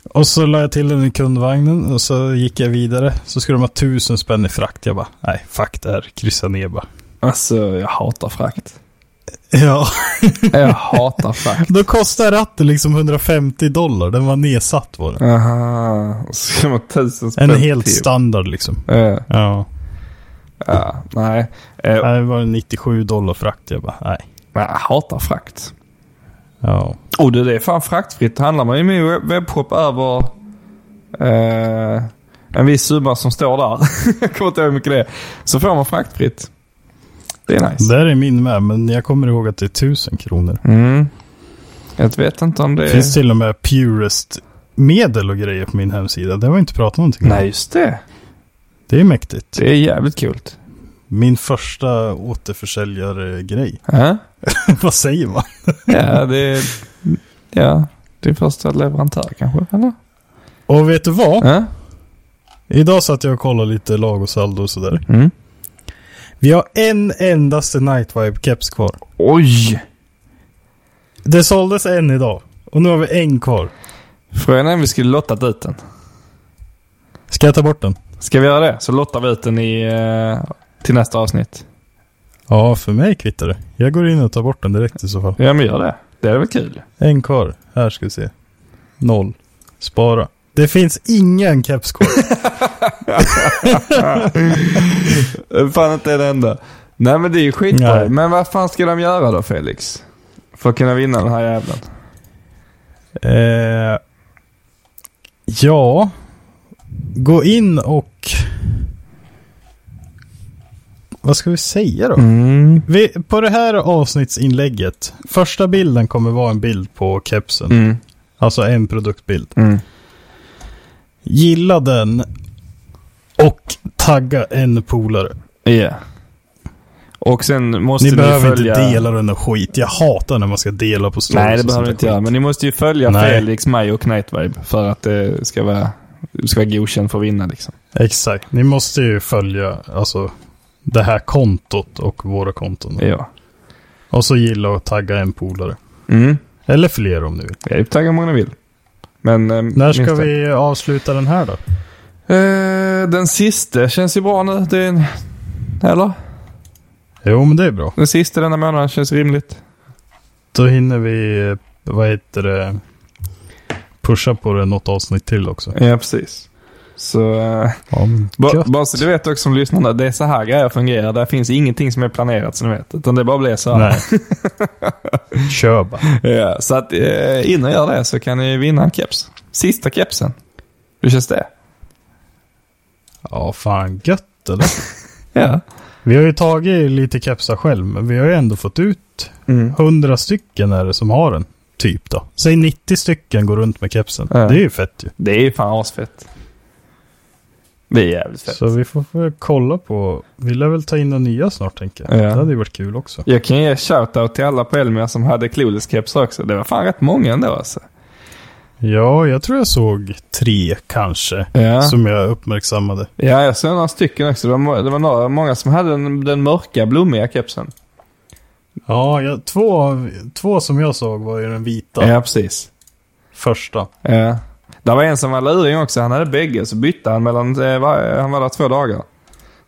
Och så la jag till den i kundvagnen och så gick jag vidare. Så skulle de ha tusen spänn i frakt. Jag bara, nej, fuck det här. Kryssa ner bara. Alltså jag hatar frakt. Ja, Jag hatar frakt. då kostar ratten liksom 150 dollar. Den var nedsatt var den. <laughs> Aha. Och så ska man ha tusen spänn En helt till. standard liksom. Ja. Ja. ja. Nej. Eh, Nej, det var 97 dollar frakt. Jag bara, nej. Jag hatar frakt. Ja. Och du, det är fan fraktfritt. Handlar man i min web- webbshop över eh, en viss summa som står där. <laughs> jag kommer inte ihåg hur mycket det är. Så får man fraktfritt. Det är nice. Där är min med, men jag kommer ihåg att det är 1000 kronor. Mm. Jag vet inte om det Det är... finns till och med purest medel och grejer på min hemsida. Det har vi inte pratat någonting om. Nej, just det. Det är mäktigt. Det är jävligt kul. Min första återförsäljare-grej. Ja, <laughs> Vad säger man? ja det är... Ja, din första leverantör kanske, eller? Och vet du vad? Ja. Idag satt jag och kollade lite lag och saldo och sådär. Mm. Vi har en endaste Nightvibe-keps kvar. Oj! Det såldes en idag. Och nu har vi en kvar. Frågan är om vi skulle lottat ut den. Ska jag ta bort den? Ska vi göra det? Så lottar vi ut den i, eh, till nästa avsnitt. Ja, för mig kvittar det. Jag går in och tar bort den direkt i så fall. Ja, men gör det. Det är väl kul. En kvar. Här ska vi se. Noll. Spara. Det finns ingen kepskorv. Fan inte en enda. Nej men det är ju skitbra. Nej. Men vad fan ska de göra då Felix? För att kunna vinna den här jäveln. <laughs> Eh, ja, gå in och... Vad ska vi säga då? Mm. Vi, på det här avsnittsinlägget, första bilden kommer vara en bild på kepsen. Mm. Alltså en produktbild. Mm. Gilla den och tagga en polare. Yeah. Och sen måste Ni ni behöver följa... inte dela den där skit. Jag hatar när man ska dela på stories. Nej, det och sånt behöver ni där inte skit. göra. Men ni måste ju följa Nej. Felix, mig och Knightvibe för att det ska vara, det ska vara godkänd för att vinna liksom. Exakt. Ni måste ju följa alltså, det här kontot och våra konton. Ja. Och så gilla och tagga en polare. Mm. Eller fler om ni vill. Jag är upptaggad hur många ni vill. Men... eh, När ska minst det. vi avsluta den här då? Eh, den sista känns ju bra nu. Det är en... Eller? Jo, men det är bra. Den sista denna månaden känns rimligt. Då hinner vi, eh, vad heter det, pusha på det något avsnitt till också. Ja, precis. Så... eh, Ja, men Ba, gött. bara så du vet också som lyssnarna, det är så här grejer fungerar. Där finns ingenting som är planerat som ni vet. Utan det bara blir så här. <laughs> Nej. Kör bara. Ja, så att eh, innan jag gör det så kan ni vinna en keps. Sista kepsen. Hur känns det? Ja, fan gött eller? Ja. Vi har ju tagit lite kepsar själv, men vi har ju ändå fått ut Mm. 100 stycken är det som har den. Typ då. Säg 90 stycken går runt med kepsen. Ja. Det är ju fett ju. Det är ju fan asfett. Det är jävligt fett. Så vi får väl kolla på, vi lär väl ta in några nya snart tänker jag. Ja. Det hade ju varit kul också. Jag kan ge shoutout till alla på Elmia som hade Clueless kepsar också. Det var fan rätt många ändå alltså. Ja, jag tror jag såg tre kanske. Ja. Som jag uppmärksammade. Ja, jag såg några stycken också. Det var, må- det var några, många som hade den, den mörka blommiga kepsen. Ja, jag, två, av- två som jag såg var ju den vita. Ja, precis. Första. Ja. Det var en som var luring också. Han hade bägge, så bytte han mellan... eh, var- Han var där två dagar.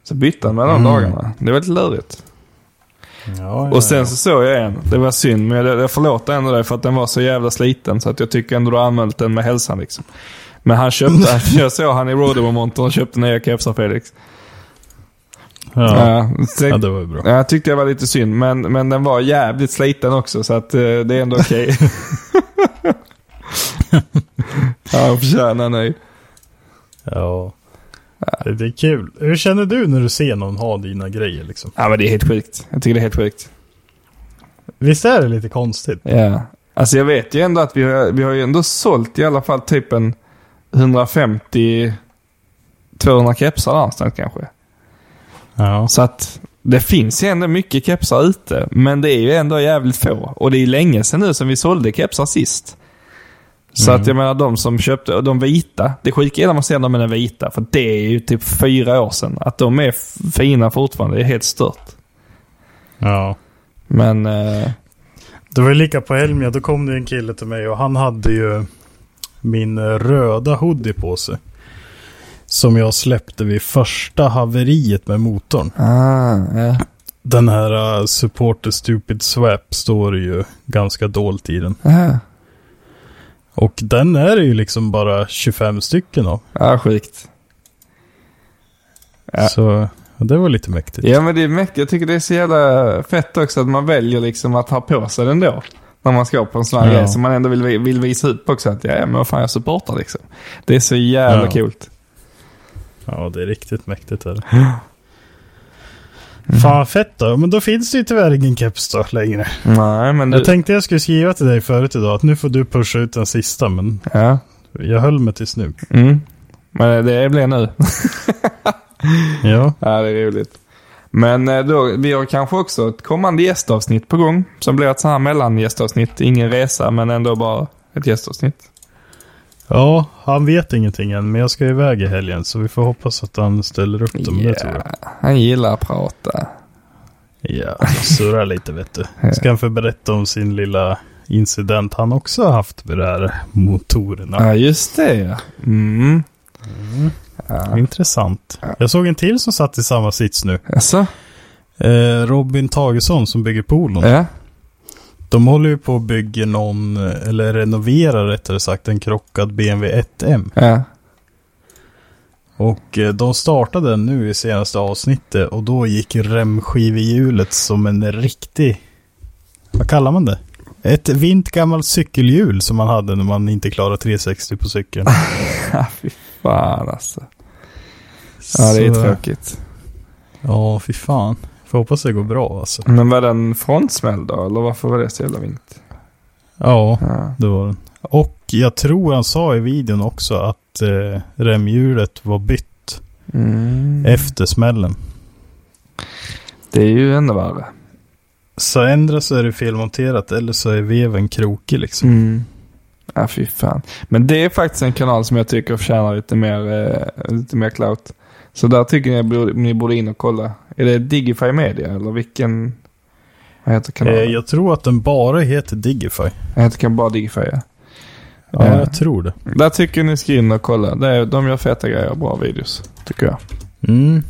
Så bytte han mellan Mm. dagarna. Det var lite lurigt. Ja, ja, Och sen ja. så såg jag en. Det var synd, men jag, jag förlåter ändå det för att den var så jävla sliten. Så att jag tycker ändå du har använt den med hälsan liksom. Men han <laughs> köpte... jag såg han i Rodomonter och köpte nya kepsar, Felix. Ja. så- ja, det var ju bra. Ja, jag tyckte det var lite synd, men, men den var jävligt sliten också så att eh, det är ändå okej. <laughs> ja, han förtjänar nöjd. Ja. Det det är kul. Hur känner du när du ser någon ha dina grejer liksom? Ja, men det är helt sjukt. Jag tycker det är helt sjukt. Visst är det lite konstigt? Ja. Alltså jag vet ju ändå att vi har, vi har ju ändå sålt i alla fall typ en 150-200 kepsar någonstans kanske. Ja. Så att det finns ju ändå mycket kepsar ute, men det är ju ändå jävligt få. Och det är länge sedan nu som vi sålde kepsar sist. Så att jag menar de som köpte, och de vita. Det sjuka är när man ser dem med den vita, för det är ju typ fyra år sedan. Att de är f- fina fortfarande, det är helt stört. ja. Men... Eh, Det var ju lika på Elmia, då kom det en kille till mig och han hade ju min eh, röda hoodie på sig. Som jag släppte vid första haveriet med motorn. ah, ja. Den här uh, Support the Stupid Swap står ju ganska dolt i den. Ja, Och den är det ju liksom bara 25 stycken av. ah, sjukt. Ja. Så ja, det var lite mäktigt. Ja men det är mäktigt. Jag tycker det är så jävla fett också att man väljer liksom att ha på sig den då. När man ska på en sån här Ja. grej som man ändå vill, vill visa upp också. Att ja, ja, men vad fan jag supportar liksom. Det är så jävla Ja. coolt. Ja, det är riktigt mäktigt. Är det. Fan fett då. Men då finns det ju tyvärr ingen keps då längre. Nej men du... Jag tänkte jag skulle skriva till dig förut idag att nu får du pusha ut den sista men Ja. jag höll mig tills nu. Mm. Men det blir nu. <laughs> Ja, ja det är roligt. Men eh, då, vi har kanske också ett kommande gästavsnitt på gång. Som blir ett sånt här mellangästavsnitt. Ingen resa men ändå bara ett gästavsnitt. ja han vet ingenting än men jag ska iväg i helgen så vi får hoppas att han ställer upp dem. Det tror jag. Han gillar att prata. Ja, surra lite vet du. Ska han få berätta om sin lilla incident han också har haft med de här motorerna. Ja just det ja. Mm. Intressant. Jag såg en till som satt i samma sits nu. Alltså? Eh, Robin Tagesson som bygger polon. Ja. De håller ju på och bygger någon, eller renoverar rättare sagt, en krockad BMW 1M. Ja. Och eh, de startade den nu i senaste avsnittet och då gick remskivehjulet som en riktig, vad kallar man det? Ett vint gammalt cykelhjul som man hade när man inte klarade 360 på cykeln. Fy fan alltså. <laughs> Ja, det är Så- tråkigt. Ja, fy fan. Får hoppas det går bra alltså. Men var den frontsmäll då? Eller varför var det så jävla vint? Ja, Ja. det var den. Och jag tror han sa i videon också att eh, remhjulet var bytt Eh. efter smällen. Mm. Det är ju ännu värre. Så ändra så är det felmonterat eller så är veven krokig liksom. Mm. Ja, fy fan. Men det är faktiskt en kanal som jag tycker förtjänar lite mer, eh, lite mer clout. Så där tycker jag ni borde, ni borde in och kolla. Är det Digify Media eller vilken? Vad heter kanalen? Eh, jag... jag tror att den bara heter Digify. heter kan bara Digify ja. Ja, Eh. jag tror det. Där tycker jag ni ska in och kolla. Det är, de gör feta grejer och bra videos. Tycker jag. Mm.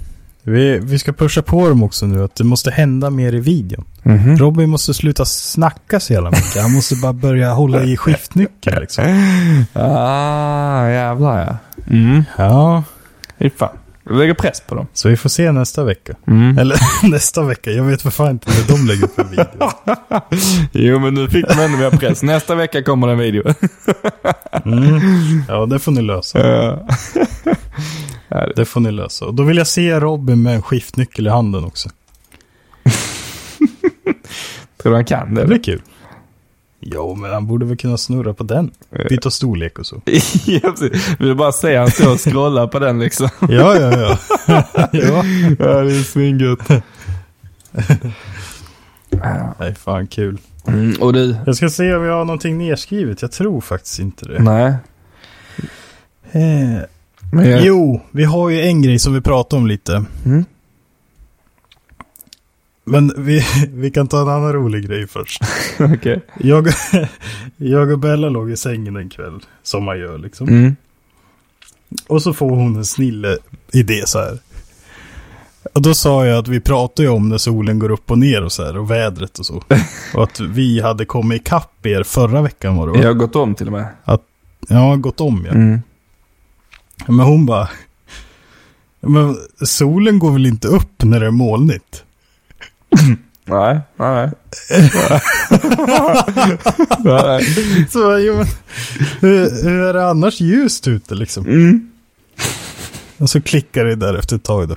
Vi, vi ska pusha på dem också nu att det måste hända mer i videon. Mhm. Robin måste sluta snacka så jävla mycket. Han måste bara börja hålla i skiftnyckeln liksom. Ah, jävlar ja. Mm. Ja, Fy fan. Jag lägger press på dem. så vi får se nästa vecka. Mm. Eller <laughs> nästa vecka. Jag vet för fan inte när de lägger upp en video. Jo, men nu fick de ändå mer press. Nästa vecka kommer det en video. <laughs> Ja, det får ni lösa. <laughs> Ja. Det får ni lösa. Och då vill jag se Robin med en skiftnyckel i handen också. Tror du han kan det? Det blir kul. Jo, men han borde väl kunna snurra på den. Byta storlek och så. <laughs> Ja, precis. Vill bara se han stå och scrolla på den liksom. <laughs> Ja, ja, ja. <laughs> ja. <laughs> Ja, det är svingött. Nej, fan kul. Mm, och du? Jag ska se om jag har någonting nedskrivet. Jag tror faktiskt inte det. Nej. Eh, Men jag, Jo, vi har ju en grej som vi pratade om lite. Mm. Men vi, <laughs> vi kan ta en annan rolig grej först. <laughs> Okej. Jag, <laughs> jag och Bella låg i sängen en kväll, som man gör liksom. Mm. Och så får hon en snille idé så här. Och då sa jag att vi pratar ju om när solen går upp och ner och så här och vädret och <laughs> så. Och att vi hade kommit ikapp er förra veckan var det va? Jag har gått om till och med. Att, ja, gått om ja. Mm. Men hon bara, men solen går väl inte upp när det är molnigt? Nej, <laughs> nej. nej. Så jag, jo, men, hur, hur är det annars ljust ute liksom? Och så klickar det där efter ett tag då.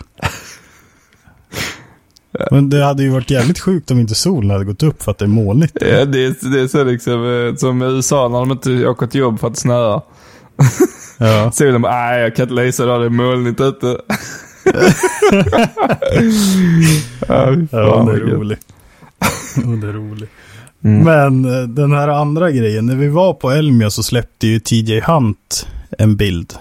Men det hade ju varit jävligt sjukt om inte solen hade gått upp för att det är molnigt. Ja, det, är, det är så liksom eh, som i USA när de inte åker till jobb för att det snöar. Ja. Solen bara, nej jag kan inte lysa idag, det är molnigt <laughs> ute. ja, fy fan, Ja, det vad är gött. roligt. det är roligt. Men eh, den här andra grejen, när vi var på Elmia så släppte ju TJ Hunt en bild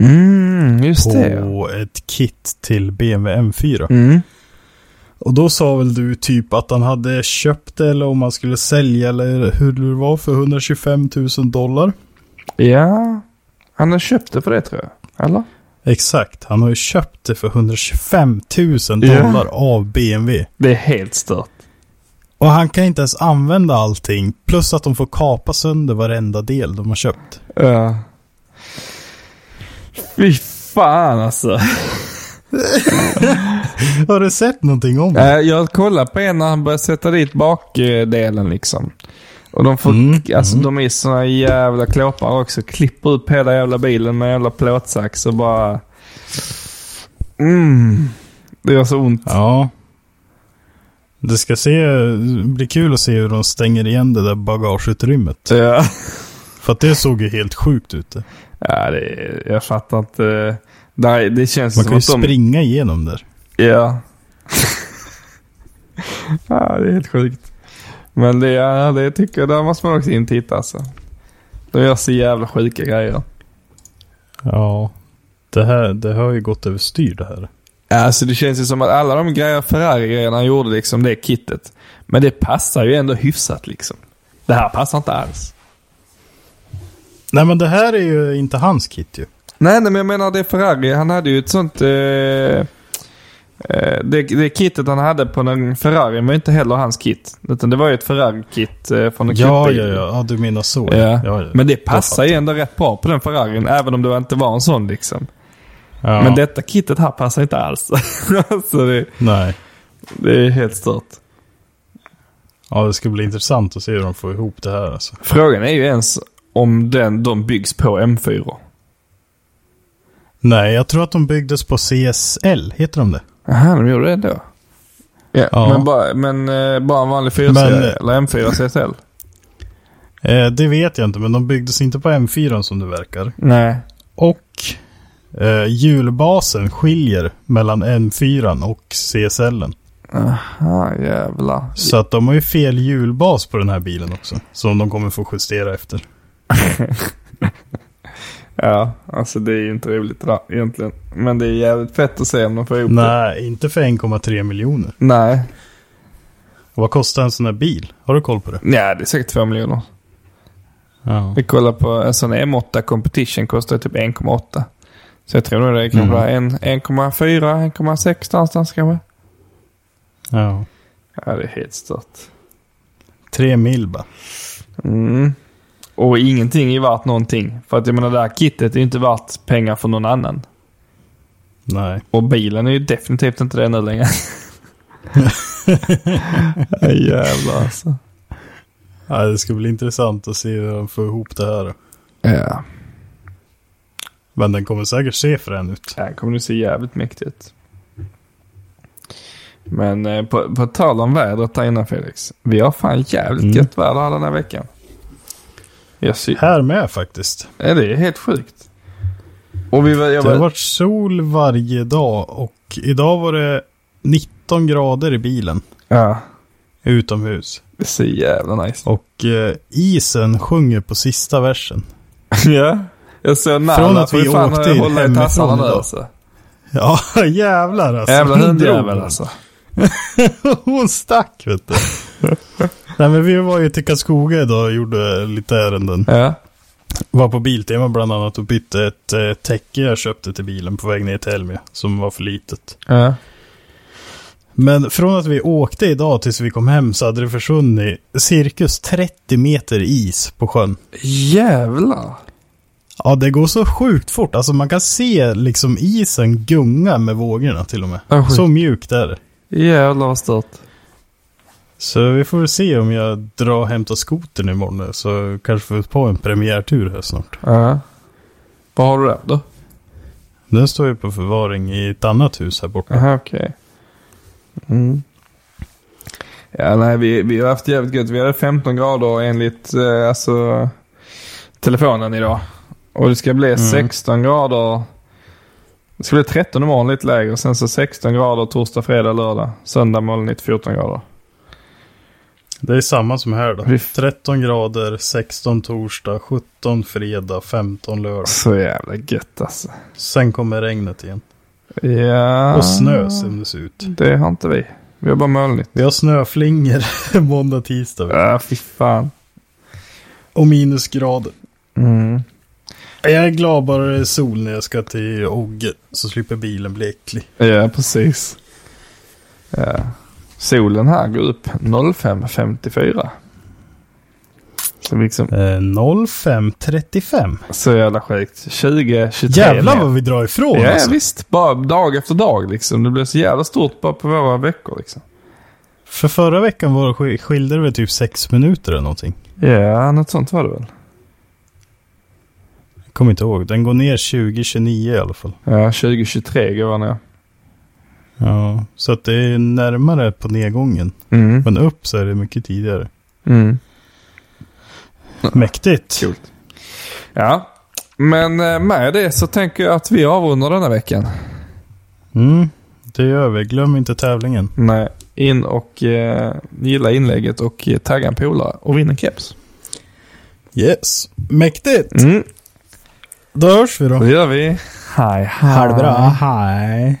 Mm, just det. ja. på ett kit till BMW M4. Mm. Och då sa väl du typ att han hade köpt det eller om han skulle sälja eller hur det var för 125 000 dollar. Ja, han har köpt det på det tror jag. Eller? Exakt, han har ju köpt det för 125 000 dollar Ja. av BMW. Det är helt stört. Och han kan inte ens använda allting, plus att de får kapa sönder varenda del de har köpt. Ja. Fy fan alltså. Har du sett någonting om det? Eh, Jag kollade på en när han började sätta dit bakdelen liksom. Och de får, Mm, alltså de är såna jävla klåpar också. Klipper upp hela jävla bilen med en jävla plåtsax och bara... Mm. Det gör så ont. <laughs> Ja. Det ska se, det blir kul att se hur de stänger igen det där bagageutrymmet. Ja. För att det såg ju helt sjukt ut. det. ja det, är- jag fattar inte. Det, det känns Man som kan ju att de... springa igenom där. Ja. <laughs> ja, det är helt sjukt. Men det, ja, det tycker jag, där måste man också in och titta alltså. De gör så jävla sjuka grejer. Ja, det här det har ju gått överstyr det här. Alltså det känns ju som att alla de grejer, Ferrari-grejerna han gjorde liksom, det kittet. Men det passar ju ändå hyfsat liksom. Det här passar inte alls. Nej men det här är ju inte hans kit ju. Nej, nej men jag menar det är Ferrari. Han hade ju ett sånt... Eh, Eh, Det, det kitet han hade på den Ferrari var inte heller hans kit. Utan det var ju ett Ferrari-kit eh, från en Ja, kuppbil. ja, ja, ja. Du menar så. Ja. Ja, ja. Men det Då passar fattar ju ändå rätt bra på den Ferrarin, även om det inte var en sån liksom. jag. Ja. Men detta kittet här passar inte alls. <laughs> alltså det, Nej. det är helt stört. Ja, det ska bli intressant att se hur de får ihop det här alltså. Frågan är ju ens om den, de byggs på M4. Nej, jag tror att de byggdes på CSL. Heter de det? Jaha, de gjorde det då? Ja, Ja. Men, bara, men eh, bara en vanlig 4 Men- eller M4 CSL? Eh, det vet jag inte, men de byggdes inte på M4 som det verkar. Nej. Och eh, hjulbasen skiljer mellan M4 och CSL. -en. Aha, jävlar. Så att de har ju fel hjulbas på den här bilen också. Som de kommer få justera efter. Ja, alltså det är ju inte roligt det där, egentligen. Men det är jävligt fett att se om de får ihop det. Nej, inte för 1,3 miljoner. Nej. Och vad kostar en sån här bil? Har du koll på det? Nej, det är säkert 2 miljoner. Ja. Vi kollar på alltså en sån M8 Competition kostar typ 1,8. Så jag tror nog det är kanske Mm. bara en- 1,4, 1,6 någonstans kanske. ja. Ja, det är helt stört. Tre mil bara. Mm. Och ingenting är värt någonting. För att jag menar det här kittet är ju inte värt pengar för någon annan. Nej. Och bilen är ju definitivt inte det nu längre. Ja, Jävlar alltså. Ja, det ska bli intressant att se hur de får ihop det här. Ja. Men den kommer säkert se frän ut. Det här kommer nu se jävligt mäktigt ut. Men eh, på, på tal om vädret där innan Felix. Vi har fan jävligt Mm. gött väder här den här veckan. Jag sy- Här med faktiskt. ja, det är helt sjukt. Och vi var, jag Det har var, varit sol varje dag och idag var det 19 grader i bilen ja, utomhus. det är så jävla nice. Och eh, isen sjunger på sista versen. <laughs> Ja. Jag såg Nalla Från att får vi ju fan åkte hålla i hemifrån tassarna nu idag. alltså. Ja, <laughs> jävlar alltså. Jävla Hon hundjävel drog. alltså. <laughs> Hon stack <laughs> vet du. Nej men vi var ju till Karlskoga idag och gjorde lite ärenden. Ja. Var på Biltema bland annat och bytte ett eh, täcke jag köpte till bilen på väg ner till Elmia. Som var för litet. Ja. Men från att vi åkte idag tills vi kom hem så hade det försvunnit cirkus 30 meter is på sjön. Jävlar. Ja, det går så sjukt fort. Alltså man kan se liksom isen gunga med vågorna till och med. Ja, sjukt. så mjukt är det. Jävlar vad stört. Så vi får väl se om jag drar och hämtar skotern imorgon så kanske får vi på en premiärtur här snart. Ja. Vad har du där då? Den står ju på förvaring i ett annat hus här borta. Jaha, okej. Mm. Ja, nej, vi, vi har haft jävligt gött. Vi hade 15 grader enligt eh, alltså, telefonen idag. Och det ska bli 16 grader. Det ska bli 13 imorgon lite lägre. och Sen så 16 grader torsdag, fredag, lördag. Söndag molnigt 14 grader. Det är samma som här då. Vi- 13 grader, 16 torsdag, 17 fredag, 15 lördag. Så jävla gött alltså. Sen kommer regnet igen. Ja. Ah. Och snö som det ser ut. Det har inte vi. Vi har bara molnigt. Vi har snöflingor <laughs> måndag, tisdag vet du. Ja, fy fan. och minusgrader. Mm. Jag är glad bara det är sol när jag ska till Ogge. Så slipper bilen bli äcklig. Ja, precis. Ja. Solen här går upp 05.54. Så liksom, Eh, 05.35. så jävla sjukt. 20, 23 Jävlar ner. vad vi drar ifrån Ja, alltså. visst. Bara dag efter dag liksom. Det blir så jävla stort bara på våra veckor liksom. För förra veckan var det, sk- skilde det väl typ sex minuter eller någonting. Ja, något sånt var det väl. Jag kommer inte ihåg. Den går ner 20-29 i alla fall. Ja, 2023 går han ner. Ja, så att det är närmare på nedgången. Mm. Men upp så är det mycket <laughs> tidigare. Mm. Mäktigt. Kul. Ja, men eh, med det så tänker jag att vi avrundar denna veckan. Mm, det gör vi. Glöm inte tävlingen. Nej, in och eh, gilla inlägget och eh, tagga en polare och vinn en keps. Yes. Mäktigt. Mm, Då hörs vi då. det gör vi. Hej, hej. Hej.